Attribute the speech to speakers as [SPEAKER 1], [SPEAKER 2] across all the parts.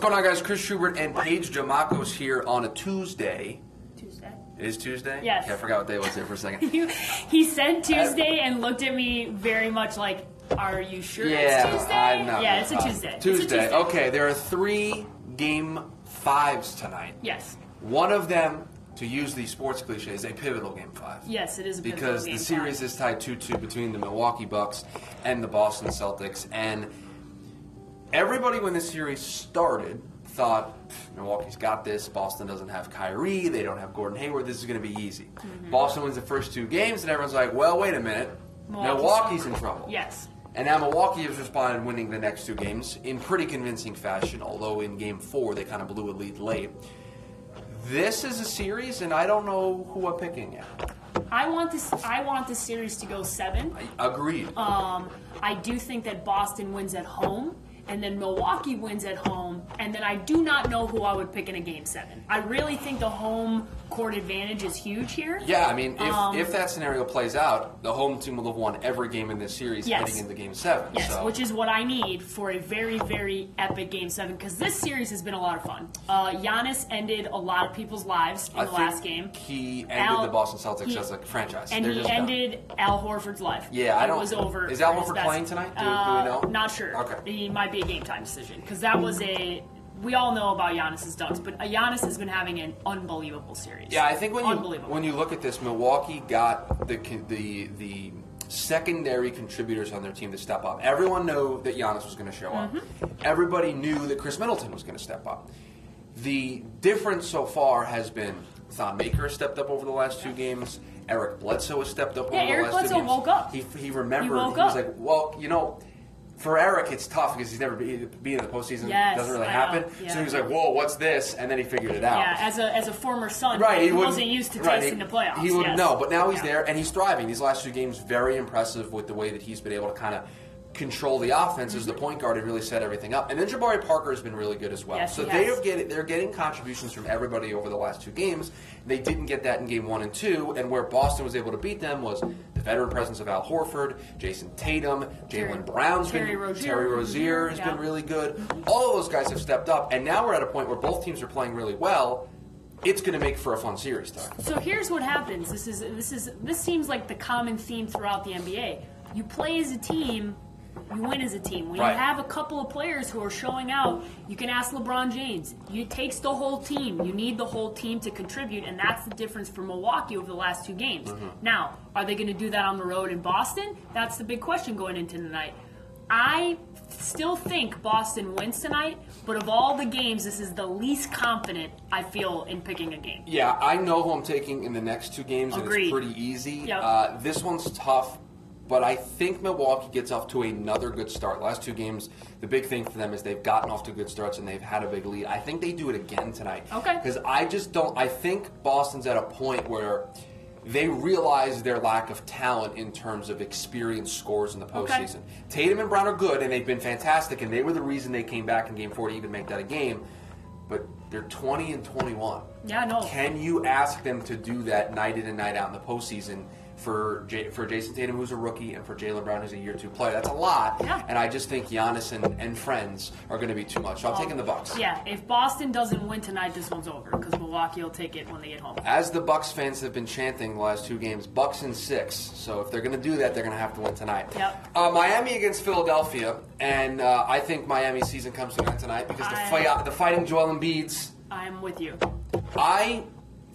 [SPEAKER 1] going on, guys? Chris Schubert and Paige Jamakos here on a Tuesday.
[SPEAKER 2] Tuesday.
[SPEAKER 1] It is Tuesday?
[SPEAKER 2] Yes.
[SPEAKER 1] Okay, I forgot what day it was there for a second.
[SPEAKER 2] You, he said Tuesday and looked at me very much like, "Are you sure
[SPEAKER 1] yeah,
[SPEAKER 2] it's Tuesday?"
[SPEAKER 1] I'm not
[SPEAKER 2] yeah, it's a
[SPEAKER 1] uh,
[SPEAKER 2] Tuesday. It's a
[SPEAKER 1] Tuesday. Okay, there are three game fives tonight.
[SPEAKER 2] Yes.
[SPEAKER 1] One of them, to use the sports cliche, is a pivotal game five.
[SPEAKER 2] Yes, it is a pivotal
[SPEAKER 1] because the
[SPEAKER 2] game
[SPEAKER 1] series
[SPEAKER 2] five.
[SPEAKER 1] is tied 2-2 between the Milwaukee Bucks and the Boston Celtics and everybody when this series started thought "Pff, Milwaukee's got this. Boston doesn't have Kyrie. They don't have Gordon Hayward. This is going to be easy. Boston wins the first two games, and everyone's like, "Well, wait a minute.
[SPEAKER 2] Milwaukee's-
[SPEAKER 1] Milwaukee's in trouble."
[SPEAKER 2] Yes.
[SPEAKER 1] And now Milwaukee has responded, winning the next two games in pretty convincing fashion. Although in Game Four they kind of blew a lead late. This is a series, and I don't know who I'm picking yet.
[SPEAKER 2] I want this. I want this series to go seven.
[SPEAKER 1] Agreed.
[SPEAKER 2] Um, I do think that Boston wins at home, and then Milwaukee wins at home, and then I do not know who I would pick in a game seven. I really think the home court advantage is huge here.
[SPEAKER 1] Yeah, I mean, if,
[SPEAKER 2] Um,
[SPEAKER 1] if that scenario plays out, the home team will have won every game in this series
[SPEAKER 2] Yes.
[SPEAKER 1] heading into Game Seven.
[SPEAKER 2] Yes,
[SPEAKER 1] so.
[SPEAKER 2] which is what I need for a very, very epic Game 7 because this series has been a lot of fun. Uh, Giannis ended a lot of people's lives in
[SPEAKER 1] I
[SPEAKER 2] the
[SPEAKER 1] think
[SPEAKER 2] last game.
[SPEAKER 1] he ended
[SPEAKER 2] Al-
[SPEAKER 1] the Boston Celtics
[SPEAKER 2] he-
[SPEAKER 1] as a franchise,
[SPEAKER 2] And
[SPEAKER 1] They're
[SPEAKER 2] he
[SPEAKER 1] just done.
[SPEAKER 2] ended Al Horford's life.
[SPEAKER 1] Yeah, I
[SPEAKER 2] It
[SPEAKER 1] don't-
[SPEAKER 2] was over.
[SPEAKER 1] is Al
[SPEAKER 2] for his
[SPEAKER 1] Horford
[SPEAKER 2] best-
[SPEAKER 1] playing tonight? Do- do we
[SPEAKER 2] Uh,
[SPEAKER 1] know?
[SPEAKER 2] Not sure.
[SPEAKER 1] Okay.
[SPEAKER 2] He might be a game time decision because that was a. We all know about Giannis's dunks, but Giannis has been having an unbelievable series.
[SPEAKER 1] Yeah, I think when you
[SPEAKER 2] unbelievable.
[SPEAKER 1] when you look at this, Milwaukee got the con- the the secondary contributors on their team to step up. Everyone knew that Giannis was going to show
[SPEAKER 2] Mm-hmm.
[SPEAKER 1] up. Everybody knew that Chris Middleton was going to step up. The difference so far has been Thon Maker has stepped up over the last two games. Eric Bledsoe has stepped up
[SPEAKER 2] Yeah,
[SPEAKER 1] over
[SPEAKER 2] Eric
[SPEAKER 1] the last two
[SPEAKER 2] Bledsoe
[SPEAKER 1] games.
[SPEAKER 2] woke up.
[SPEAKER 1] He, he remembered.
[SPEAKER 2] He woke
[SPEAKER 1] was
[SPEAKER 2] up.
[SPEAKER 1] like, well, you know. For Eric, it's tough because he's never been be in the postseason.
[SPEAKER 2] Yes,
[SPEAKER 1] doesn't really
[SPEAKER 2] I know.
[SPEAKER 1] happen.
[SPEAKER 2] Yeah.
[SPEAKER 1] So he was like, "Whoa, what's this?" And then he figured it out.
[SPEAKER 2] yeah, as a as a former son,
[SPEAKER 1] Right,
[SPEAKER 2] he,
[SPEAKER 1] he wouldn't-
[SPEAKER 2] wasn't used to
[SPEAKER 1] right,
[SPEAKER 2] tasting
[SPEAKER 1] he-
[SPEAKER 2] the playoffs.
[SPEAKER 1] He wouldn't
[SPEAKER 2] yes.
[SPEAKER 1] know, but now he's
[SPEAKER 2] Yeah.
[SPEAKER 1] there and he's thriving. These last two games, very impressive with the way that he's been able to kind of control the offense as the
[SPEAKER 2] Mm-hmm.
[SPEAKER 1] point guard and really set everything up. And then Jabari Parker has been really good as well.
[SPEAKER 2] Yes,
[SPEAKER 1] so
[SPEAKER 2] he
[SPEAKER 1] they
[SPEAKER 2] has.
[SPEAKER 1] are getting they're getting contributions from everybody over the last two games. They didn't get that in game one and two, and where Boston was able to beat them was the veteran presence of Al Horford, Jason Tatum,
[SPEAKER 2] Terry-
[SPEAKER 1] Jalen Brown's
[SPEAKER 2] Terry
[SPEAKER 1] been
[SPEAKER 2] Rozier.
[SPEAKER 1] Terry Rozier has
[SPEAKER 2] Yeah.
[SPEAKER 1] been really really good. All of those guys have stepped up, and now we're at a point where both teams are playing really well. It's going to make for a fun series, though.
[SPEAKER 2] So here's what happens. This is this is this seems like the common theme throughout the NBA. You play as a team, you win as a team. When
[SPEAKER 1] Right.
[SPEAKER 2] you have a couple of players who are showing out, you can ask LeBron James. It takes the whole team. You need the whole team to contribute, and that's the difference for Milwaukee over the last two games. Now, are they going to do that on the road in Boston? That's the big question going into tonight. I still think Boston wins tonight, but of all the games, this is the least confident I feel in picking a game.
[SPEAKER 1] Yeah, I know who I'm taking in the next two games, and it's
[SPEAKER 2] Agreed.
[SPEAKER 1] pretty easy.
[SPEAKER 2] Yep.
[SPEAKER 1] Uh, this one's tough, but I think Milwaukee gets off to another good start. Last two games, the big thing for them is they've gotten off to good starts and they've had a big lead. I think they do it again tonight.
[SPEAKER 2] Okay.
[SPEAKER 1] Because I just don't. I think Boston's at a point where. They realize their lack of talent in terms of experienced scores in the
[SPEAKER 2] Okay.
[SPEAKER 1] postseason. Tatum and Brown are good, and they've been fantastic, and they were the reason they came back in Game Four to even make that a game. But they're 20 and 21.
[SPEAKER 2] Yeah, no.
[SPEAKER 1] Can you ask them to do that night in and night out in the postseason for J- for Jason Tatum, who's a rookie, and for Jalen Brown, who's a year two player? That's a lot.
[SPEAKER 2] Yeah.
[SPEAKER 1] And I just think Giannis and, and friends are going to be too much. So I'm taking the Bucks.
[SPEAKER 2] Yeah, if Boston doesn't win tonight, this one's over because Milwaukee will take it when they get home.
[SPEAKER 1] As the Bucks fans have been chanting the last two games, Bucks in six. So if they're going to do that, they're going to have to win tonight.
[SPEAKER 2] Yep.
[SPEAKER 1] Uh, Miami against Philadelphia, and uh, I think Miami's season comes to an end tonight because the,
[SPEAKER 2] I-
[SPEAKER 1] fight, the fighting Joel Embiid's.
[SPEAKER 2] I'm with you.
[SPEAKER 1] I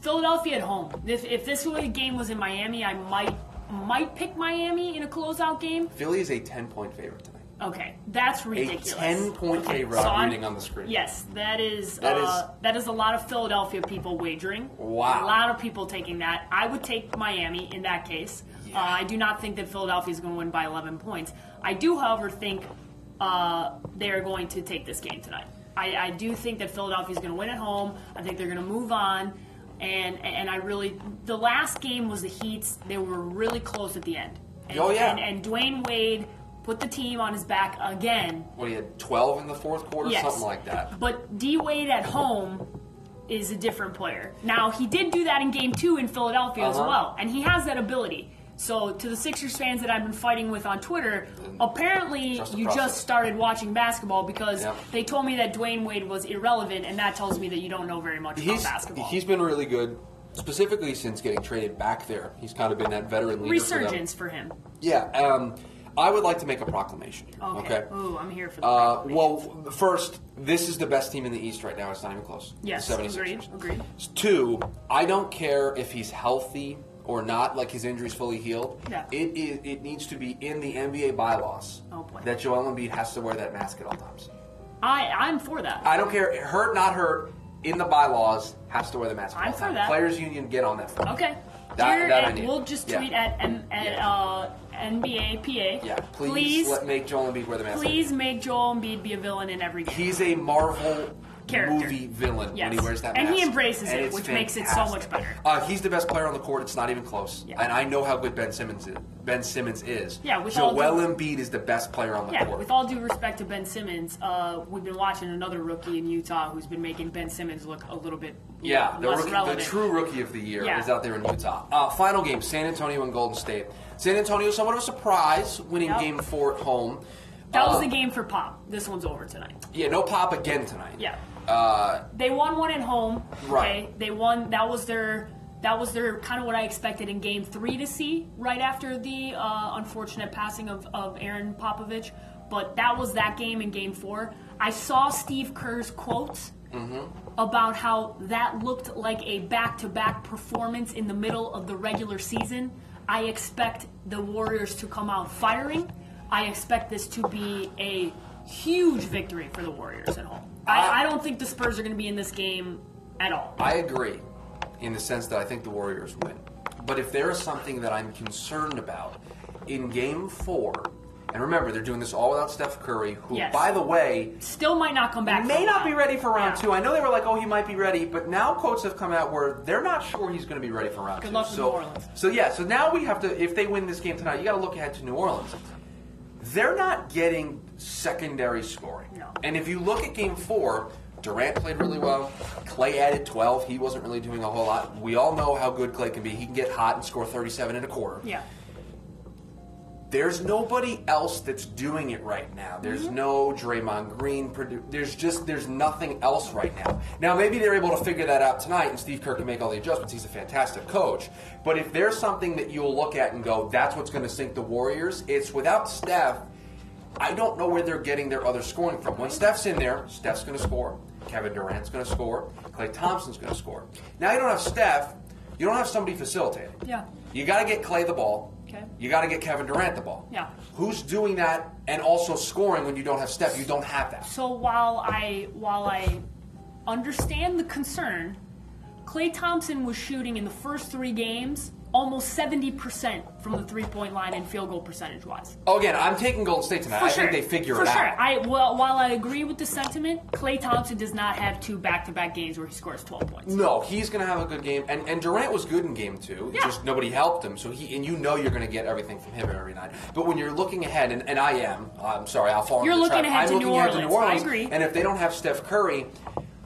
[SPEAKER 2] Philadelphia at home. If, if this were the game was in Miami, I might might pick Miami in a closeout game.
[SPEAKER 1] Philly is a ten point favorite tonight.
[SPEAKER 2] Okay, that's ridiculous.
[SPEAKER 1] 10-point
[SPEAKER 2] Okay,
[SPEAKER 1] favorite I'm
[SPEAKER 2] I'm-
[SPEAKER 1] reading on the screen.
[SPEAKER 2] Yes, that is
[SPEAKER 1] That
[SPEAKER 2] that is
[SPEAKER 1] is-
[SPEAKER 2] uh, that is a lot of Philadelphia people wagering.
[SPEAKER 1] Wow.
[SPEAKER 2] a lot of people taking that. I would take Miami in that case.
[SPEAKER 1] Yeah.
[SPEAKER 2] Uh, I do not think that Philadelphia is going to win by 11 points. I do, however, think uh, they are going to take this game tonight. I, I do think that Philadelphia is going to win at home. I think they're going to move on. And, and I really, the last game was the Heat's. They were really close at the end. And,
[SPEAKER 1] Oh, yeah.
[SPEAKER 2] And, and Dwayne Wade put the team on his back again.
[SPEAKER 1] What he had twelve in the fourth quarter,
[SPEAKER 2] Yes.
[SPEAKER 1] something like that.
[SPEAKER 2] But D Wade at home is a different player. Now he did do that in Game Two in Philadelphia as
[SPEAKER 1] Uh-huh.
[SPEAKER 2] well, and he has that ability. So to the Sixers fans that I've been fighting with on Twitter, apparently
[SPEAKER 1] Trust the
[SPEAKER 2] you
[SPEAKER 1] process.
[SPEAKER 2] just started watching basketball because
[SPEAKER 1] Yeah.
[SPEAKER 2] they told me that Dwayne Wade was irrelevant, and that tells me that you don't know very much about
[SPEAKER 1] he's
[SPEAKER 2] basketball.
[SPEAKER 1] he's been really good, specifically since getting traded back there. He's kind of been that veteran leader for them.
[SPEAKER 2] Resurgence for him.
[SPEAKER 1] Yeah, um, I would like to make a proclamation.
[SPEAKER 2] Okay.
[SPEAKER 1] Okay.
[SPEAKER 2] Ooh, I'm here for the
[SPEAKER 1] Uh,
[SPEAKER 2] proclamation.
[SPEAKER 1] well, first, this is the best team in the East right now. It's not even close.
[SPEAKER 2] Yes,
[SPEAKER 1] The 76ers.
[SPEAKER 2] agreed, agreed.
[SPEAKER 1] Two, I don't care if he's healthy or not, like his injury's fully healed.
[SPEAKER 2] Yeah.
[SPEAKER 1] It, is, it needs to be in the NBA bylaws
[SPEAKER 2] Oh, boy.
[SPEAKER 1] that Joel Embiid has to wear that mask at all times.
[SPEAKER 2] I I'm for that.
[SPEAKER 1] I don't care, hurt, not hurt, in the bylaws, has to wear the mask at
[SPEAKER 2] I'm
[SPEAKER 1] all
[SPEAKER 2] for
[SPEAKER 1] times.
[SPEAKER 2] that.
[SPEAKER 1] Players Union, get on that. front.
[SPEAKER 2] Okay.
[SPEAKER 1] That-
[SPEAKER 2] Here
[SPEAKER 1] that I
[SPEAKER 2] at-
[SPEAKER 1] need.
[SPEAKER 2] we'll just
[SPEAKER 1] Yeah.
[SPEAKER 2] tweet at, M- at
[SPEAKER 1] Yeah.
[SPEAKER 2] uh, NBA PA.
[SPEAKER 1] Yeah, please,
[SPEAKER 2] Please,
[SPEAKER 1] let, make Joel Embiid wear the mask.
[SPEAKER 2] please make Joel Embiid be a villain in every game.
[SPEAKER 1] He's a Marvel
[SPEAKER 2] Character.
[SPEAKER 1] movie villain
[SPEAKER 2] Yes.
[SPEAKER 1] when he wears that
[SPEAKER 2] And
[SPEAKER 1] mask.
[SPEAKER 2] he embraces it,
[SPEAKER 1] it's
[SPEAKER 2] which makes it so much better.
[SPEAKER 1] Uh, he's the best player on the court. It's not even close.
[SPEAKER 2] Yeah.
[SPEAKER 1] And I know how good Ben Simmons is. Ben Simmons is.
[SPEAKER 2] Yeah, with all
[SPEAKER 1] Joel
[SPEAKER 2] due-
[SPEAKER 1] Embiid is the best player on the
[SPEAKER 2] yeah,
[SPEAKER 1] court.
[SPEAKER 2] with all due respect to Ben Simmons, uh, we've been watching another rookie in Utah who's been making Ben Simmons look a little bit
[SPEAKER 1] yeah, the,
[SPEAKER 2] less
[SPEAKER 1] rookie, the
[SPEAKER 2] relevant.
[SPEAKER 1] true rookie of the year
[SPEAKER 2] Yeah.
[SPEAKER 1] is out there in Utah. Uh, final game: San Antonio and Golden State. San Antonio, somewhat of a surprise, winning
[SPEAKER 2] Yep.
[SPEAKER 1] Game Four at home.
[SPEAKER 2] that was
[SPEAKER 1] Uh,
[SPEAKER 2] the game for Pop. This one's over tonight.
[SPEAKER 1] Yeah, no pop again tonight.
[SPEAKER 2] Yeah.
[SPEAKER 1] Uh,
[SPEAKER 2] They won one at home.
[SPEAKER 1] Right.
[SPEAKER 2] Okay? They won. That was their. That was their kind of what I expected in Game Three to see right after the uh, unfortunate passing of, of Aaron Popovich. But that was that game in Game Four. I saw Steve Kerr's quotes about how that looked like a back-to-back performance in the middle of the regular season. I expect the Warriors to come out firing. I expect this to be a huge victory for the Warriors at home.
[SPEAKER 1] Uh,
[SPEAKER 2] I, I don't think the Spurs are going to be in this game at all.
[SPEAKER 1] I agree in the sense that I think the Warriors win. But if there is something that I'm concerned about in game four, and remember, they're doing this all without Steph Curry, who,
[SPEAKER 2] Yes.
[SPEAKER 1] by the way,
[SPEAKER 2] Still might not come back.
[SPEAKER 1] may
[SPEAKER 2] from
[SPEAKER 1] not
[SPEAKER 2] that.
[SPEAKER 1] be ready for round
[SPEAKER 2] Yeah.
[SPEAKER 1] two. I know they were like, oh, he might be ready, but now quotes have come out where they're not sure he's going to be ready for round
[SPEAKER 2] Good
[SPEAKER 1] two.
[SPEAKER 2] luck with
[SPEAKER 1] so,
[SPEAKER 2] New Orleans.
[SPEAKER 1] so, yeah, so now we have to, if they win this game tonight, you got to look ahead to New Orleans. They're not getting secondary scoring.
[SPEAKER 2] No.
[SPEAKER 1] And if you look at game four, Durant played really well. Clay added 12. He wasn't really doing a whole lot. We all know how good Clay can be. He can get hot and score 37 in a quarter
[SPEAKER 2] Yeah.
[SPEAKER 1] there's nobody else that's doing it right now. There's no Draymond Green. produ- There's just there's nothing else right now. Now maybe they're able to figure that out tonight, and Steve Kerr can make all the adjustments. He's a fantastic coach. But if there's something that you'll look at and go, that's what's going to sink the Warriors. It's without Steph. I don't know where they're getting their other scoring from. When Steph's in there, Steph's going to score. Kevin Durant's going to score. Clay Thompson's going to score. Now you don't have Steph. You don't have somebody facilitating.
[SPEAKER 2] Yeah.
[SPEAKER 1] You got to get Clay the ball.
[SPEAKER 2] Okay.
[SPEAKER 1] You got to get Kevin Durant the ball.
[SPEAKER 2] Yeah.
[SPEAKER 1] Who's doing that and also scoring when you don't have Steph? You don't have that.
[SPEAKER 2] So while I while I understand the concern, Clay Thompson was shooting in the first three games almost seventy percent from the three point line and field goal percentage wise.
[SPEAKER 1] Oh, again, I'm taking Golden State tonight.
[SPEAKER 2] For
[SPEAKER 1] I
[SPEAKER 2] sure,
[SPEAKER 1] think they figure
[SPEAKER 2] for
[SPEAKER 1] it
[SPEAKER 2] sure.
[SPEAKER 1] out.
[SPEAKER 2] I well, while I agree with the sentiment, Clay Thompson does not have two back to back games where he scores twelve points.
[SPEAKER 1] no, he's going to have a good game, and, and Durant was good in game two.
[SPEAKER 2] Yeah.
[SPEAKER 1] Just nobody helped him, so he and you know you're going to get everything from him every night. But when you're looking ahead, and, and I am, I'm sorry, I'll fall. into
[SPEAKER 2] You're
[SPEAKER 1] the
[SPEAKER 2] looking
[SPEAKER 1] trap.
[SPEAKER 2] ahead
[SPEAKER 1] I'm
[SPEAKER 2] to
[SPEAKER 1] looking
[SPEAKER 2] New
[SPEAKER 1] ahead to New
[SPEAKER 2] Orleans. I
[SPEAKER 1] Orleans.
[SPEAKER 2] agree.
[SPEAKER 1] And if they don't have Steph Curry,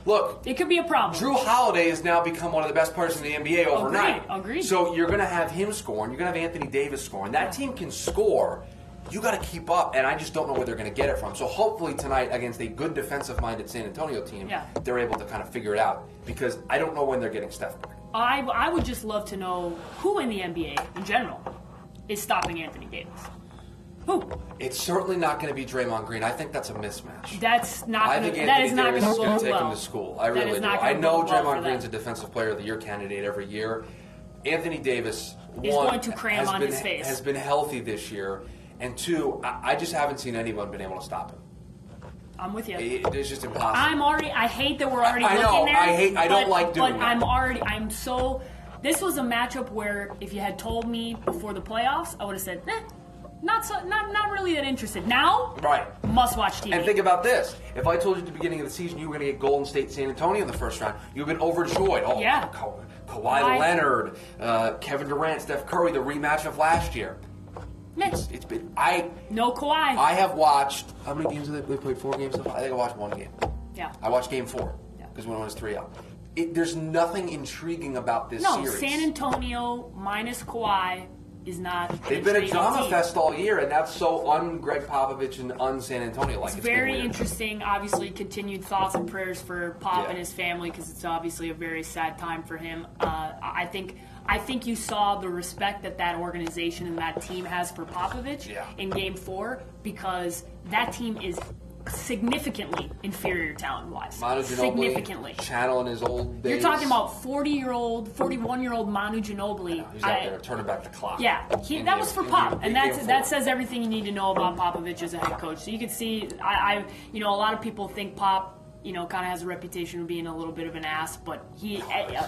[SPEAKER 1] look,
[SPEAKER 2] It could be a problem.
[SPEAKER 1] Drew Holiday has now become one of the best players in the NBA overnight.
[SPEAKER 2] agreed.
[SPEAKER 1] So you're going to have him scoring. You're going to have Anthony Davis scoring. That team can score. You got to keep up, and I just don't know where they're going to get it from. So hopefully tonight against a good defensive-minded San Antonio team,
[SPEAKER 2] Yeah.
[SPEAKER 1] they're able to kind of figure it out because I don't know when they're getting Steph back.
[SPEAKER 2] I I would just love to know who in the NBA in general is stopping Anthony Davis. Who?
[SPEAKER 1] It's certainly not going to be Draymond Green. I think that's a mismatch.
[SPEAKER 2] That's not.
[SPEAKER 1] I
[SPEAKER 2] Gonna,
[SPEAKER 1] think
[SPEAKER 2] that
[SPEAKER 1] Anthony
[SPEAKER 2] is not
[SPEAKER 1] Davis
[SPEAKER 2] going
[SPEAKER 1] is
[SPEAKER 2] to
[SPEAKER 1] going
[SPEAKER 2] go
[SPEAKER 1] to take
[SPEAKER 2] well.
[SPEAKER 1] him to school. I
[SPEAKER 2] That is
[SPEAKER 1] really do.
[SPEAKER 2] not
[SPEAKER 1] I
[SPEAKER 2] gonna
[SPEAKER 1] know
[SPEAKER 2] bode well for
[SPEAKER 1] Draymond Green's a
[SPEAKER 2] them.
[SPEAKER 1] defensive player of the year candidate every year. Anthony Davis
[SPEAKER 2] He's
[SPEAKER 1] one,
[SPEAKER 2] going to cram
[SPEAKER 1] has
[SPEAKER 2] on
[SPEAKER 1] been,
[SPEAKER 2] his face.
[SPEAKER 1] has been healthy this year, and two, I, I just haven't seen anyone been able to stop him.
[SPEAKER 2] I'm with you.
[SPEAKER 1] It- it's just impossible.
[SPEAKER 2] I'm already. I hate that we're already
[SPEAKER 1] I
[SPEAKER 2] looking
[SPEAKER 1] know,
[SPEAKER 2] there.
[SPEAKER 1] I hate- I don't
[SPEAKER 2] but-
[SPEAKER 1] like doing
[SPEAKER 2] But
[SPEAKER 1] that.
[SPEAKER 2] I'm already. I'm so. This was a matchup where if you had told me before the playoffs, I would have said, eh, not so, not not really that interested. Now,
[SPEAKER 1] Right.
[SPEAKER 2] must watch TV.
[SPEAKER 1] And think about this: if I told you at the beginning of the season you were going to get Golden State, San Antonio in the first round, you've been overjoyed. Oh,
[SPEAKER 2] Yeah.
[SPEAKER 1] Ka- Kawhi
[SPEAKER 2] Kawhi.
[SPEAKER 1] Leonard, uh, Kevin Durant, Steph Curry, the rematch of last year.
[SPEAKER 2] Meh.
[SPEAKER 1] It's, it's been I.
[SPEAKER 2] no Kawhi.
[SPEAKER 1] I have watched. How many games have they, they played? Four games. so far? I think I watched one game.
[SPEAKER 2] yeah.
[SPEAKER 1] I watched game four
[SPEAKER 2] Yeah.
[SPEAKER 1] because one was three up. It, there's nothing intriguing about this
[SPEAKER 2] No,
[SPEAKER 1] series.
[SPEAKER 2] San Antonio minus Kawhi is not. an
[SPEAKER 1] They've been a
[SPEAKER 2] intriguing
[SPEAKER 1] drama
[SPEAKER 2] team.
[SPEAKER 1] fest all year, and that's so un Greg Popovich and un San Antonio like. been
[SPEAKER 2] It's very
[SPEAKER 1] weird.
[SPEAKER 2] interesting. Obviously, continued thoughts and prayers for Pop
[SPEAKER 1] Yeah.
[SPEAKER 2] and his family because it's obviously a very sad time for him. Uh, I I think I think you saw the respect that that organization and that team has for Popovich
[SPEAKER 1] Yeah.
[SPEAKER 2] in Game Four because that team is significantly inferior talent wise.
[SPEAKER 1] Manu Ginobili,
[SPEAKER 2] Significantly.
[SPEAKER 1] channeling his old days.
[SPEAKER 2] You're talking about 40 year old, 41 year old Manu Ginobili.
[SPEAKER 1] He's out
[SPEAKER 2] I-
[SPEAKER 1] there turning back the clock.
[SPEAKER 2] yeah, he,
[SPEAKER 1] In
[SPEAKER 2] that
[SPEAKER 1] game-
[SPEAKER 2] was for
[SPEAKER 1] in
[SPEAKER 2] Pop,
[SPEAKER 1] game- in
[SPEAKER 2] and that's
[SPEAKER 1] game
[SPEAKER 2] that
[SPEAKER 1] four.
[SPEAKER 2] says everything you need to know about Popovich as a head coach. So you can see, I, I you know, a lot of people think Pop, you know, kind of has a reputation of being a little bit of an ass, but he uh,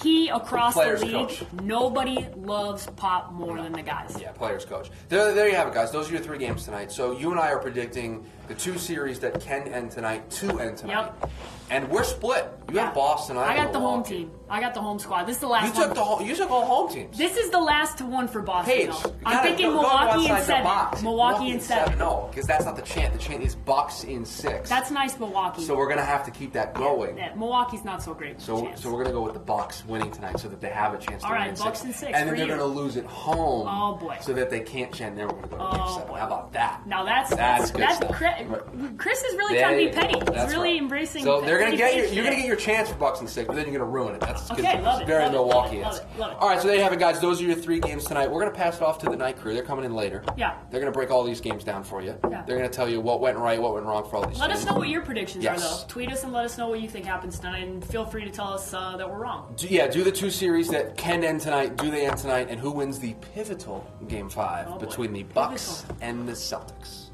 [SPEAKER 2] he across the
[SPEAKER 1] Players
[SPEAKER 2] league,
[SPEAKER 1] coach.
[SPEAKER 2] nobody loves Pop more than the guys.
[SPEAKER 1] Yeah, players coach. There, there you have it, guys. Those are your three games tonight. So you and I are predicting the two series that can end tonight to end tonight.
[SPEAKER 2] Yep.
[SPEAKER 1] And we're split. You
[SPEAKER 2] Yeah.
[SPEAKER 1] have Boston. I,
[SPEAKER 2] I
[SPEAKER 1] have
[SPEAKER 2] got the home
[SPEAKER 1] Milwaukee.
[SPEAKER 2] team. I got the home squad. This is the last
[SPEAKER 1] You
[SPEAKER 2] one.
[SPEAKER 1] took the whole. You took all home teams.
[SPEAKER 2] this is the last one for Boston.
[SPEAKER 1] Paige,
[SPEAKER 2] though.
[SPEAKER 1] you
[SPEAKER 2] I'm
[SPEAKER 1] gotta
[SPEAKER 2] thinking
[SPEAKER 1] go- go
[SPEAKER 2] Milwaukee
[SPEAKER 1] outside
[SPEAKER 2] in
[SPEAKER 1] the
[SPEAKER 2] seven.
[SPEAKER 1] box.
[SPEAKER 2] Milwaukee, in
[SPEAKER 1] seven.
[SPEAKER 2] seven.
[SPEAKER 1] No, because that's not the chant. The chant is Bucks in six.
[SPEAKER 2] That's nice, Milwaukee.
[SPEAKER 1] so we're gonna have to keep that going.
[SPEAKER 2] Yeah, Milwaukee's not so great. with
[SPEAKER 1] So,
[SPEAKER 2] chance.
[SPEAKER 1] so we're gonna go with the Bucks winning tonight, so that they have a chance to
[SPEAKER 2] All right,
[SPEAKER 1] win in
[SPEAKER 2] Bucks
[SPEAKER 1] six.
[SPEAKER 2] in six,
[SPEAKER 1] and then
[SPEAKER 2] for
[SPEAKER 1] they're
[SPEAKER 2] you.
[SPEAKER 1] gonna lose at home.
[SPEAKER 2] Oh, boy.
[SPEAKER 1] So that they can't chant. There, we're gonna go to game
[SPEAKER 2] Oh,
[SPEAKER 1] seven.
[SPEAKER 2] boy.
[SPEAKER 1] How about that?
[SPEAKER 2] Now that's
[SPEAKER 1] that's good
[SPEAKER 2] that's
[SPEAKER 1] stuff.
[SPEAKER 2] Chris,
[SPEAKER 1] Right.
[SPEAKER 2] Chris is really
[SPEAKER 1] Yeah,
[SPEAKER 2] trying to
[SPEAKER 1] yeah,
[SPEAKER 2] be
[SPEAKER 1] yeah.
[SPEAKER 2] petty.
[SPEAKER 1] That's
[SPEAKER 2] He's really
[SPEAKER 1] right.
[SPEAKER 2] embracing.
[SPEAKER 1] So they're gonna
[SPEAKER 2] petty
[SPEAKER 1] get your,
[SPEAKER 2] things
[SPEAKER 1] you're gonna
[SPEAKER 2] today.
[SPEAKER 1] get your chance for Bucks and six, but then you're gonna ruin it. That's
[SPEAKER 2] Okay,
[SPEAKER 1] good.
[SPEAKER 2] love it,
[SPEAKER 1] very
[SPEAKER 2] love it, love
[SPEAKER 1] Milwaukee.
[SPEAKER 2] it, love it, love it.
[SPEAKER 1] All right, so there you have it, guys. Those are your three games tonight. We're gonna pass it off to the night crew. They're coming in later.
[SPEAKER 2] Yeah.
[SPEAKER 1] They're gonna break all these games down for you.
[SPEAKER 2] Yeah.
[SPEAKER 1] They're gonna tell you what went right, what went wrong for all these.
[SPEAKER 2] Let us
[SPEAKER 1] teams.
[SPEAKER 2] know what your predictions
[SPEAKER 1] Yes.
[SPEAKER 2] are, though. Tweet us and let us know what you think happens tonight, and feel free to tell us uh, that we're wrong.
[SPEAKER 1] Do- yeah, do the two series that can end tonight. Do they end tonight? And who wins the pivotal game five
[SPEAKER 2] Oh, boy.
[SPEAKER 1] between the
[SPEAKER 2] Pivotal.
[SPEAKER 1] Bucks and the Celtics?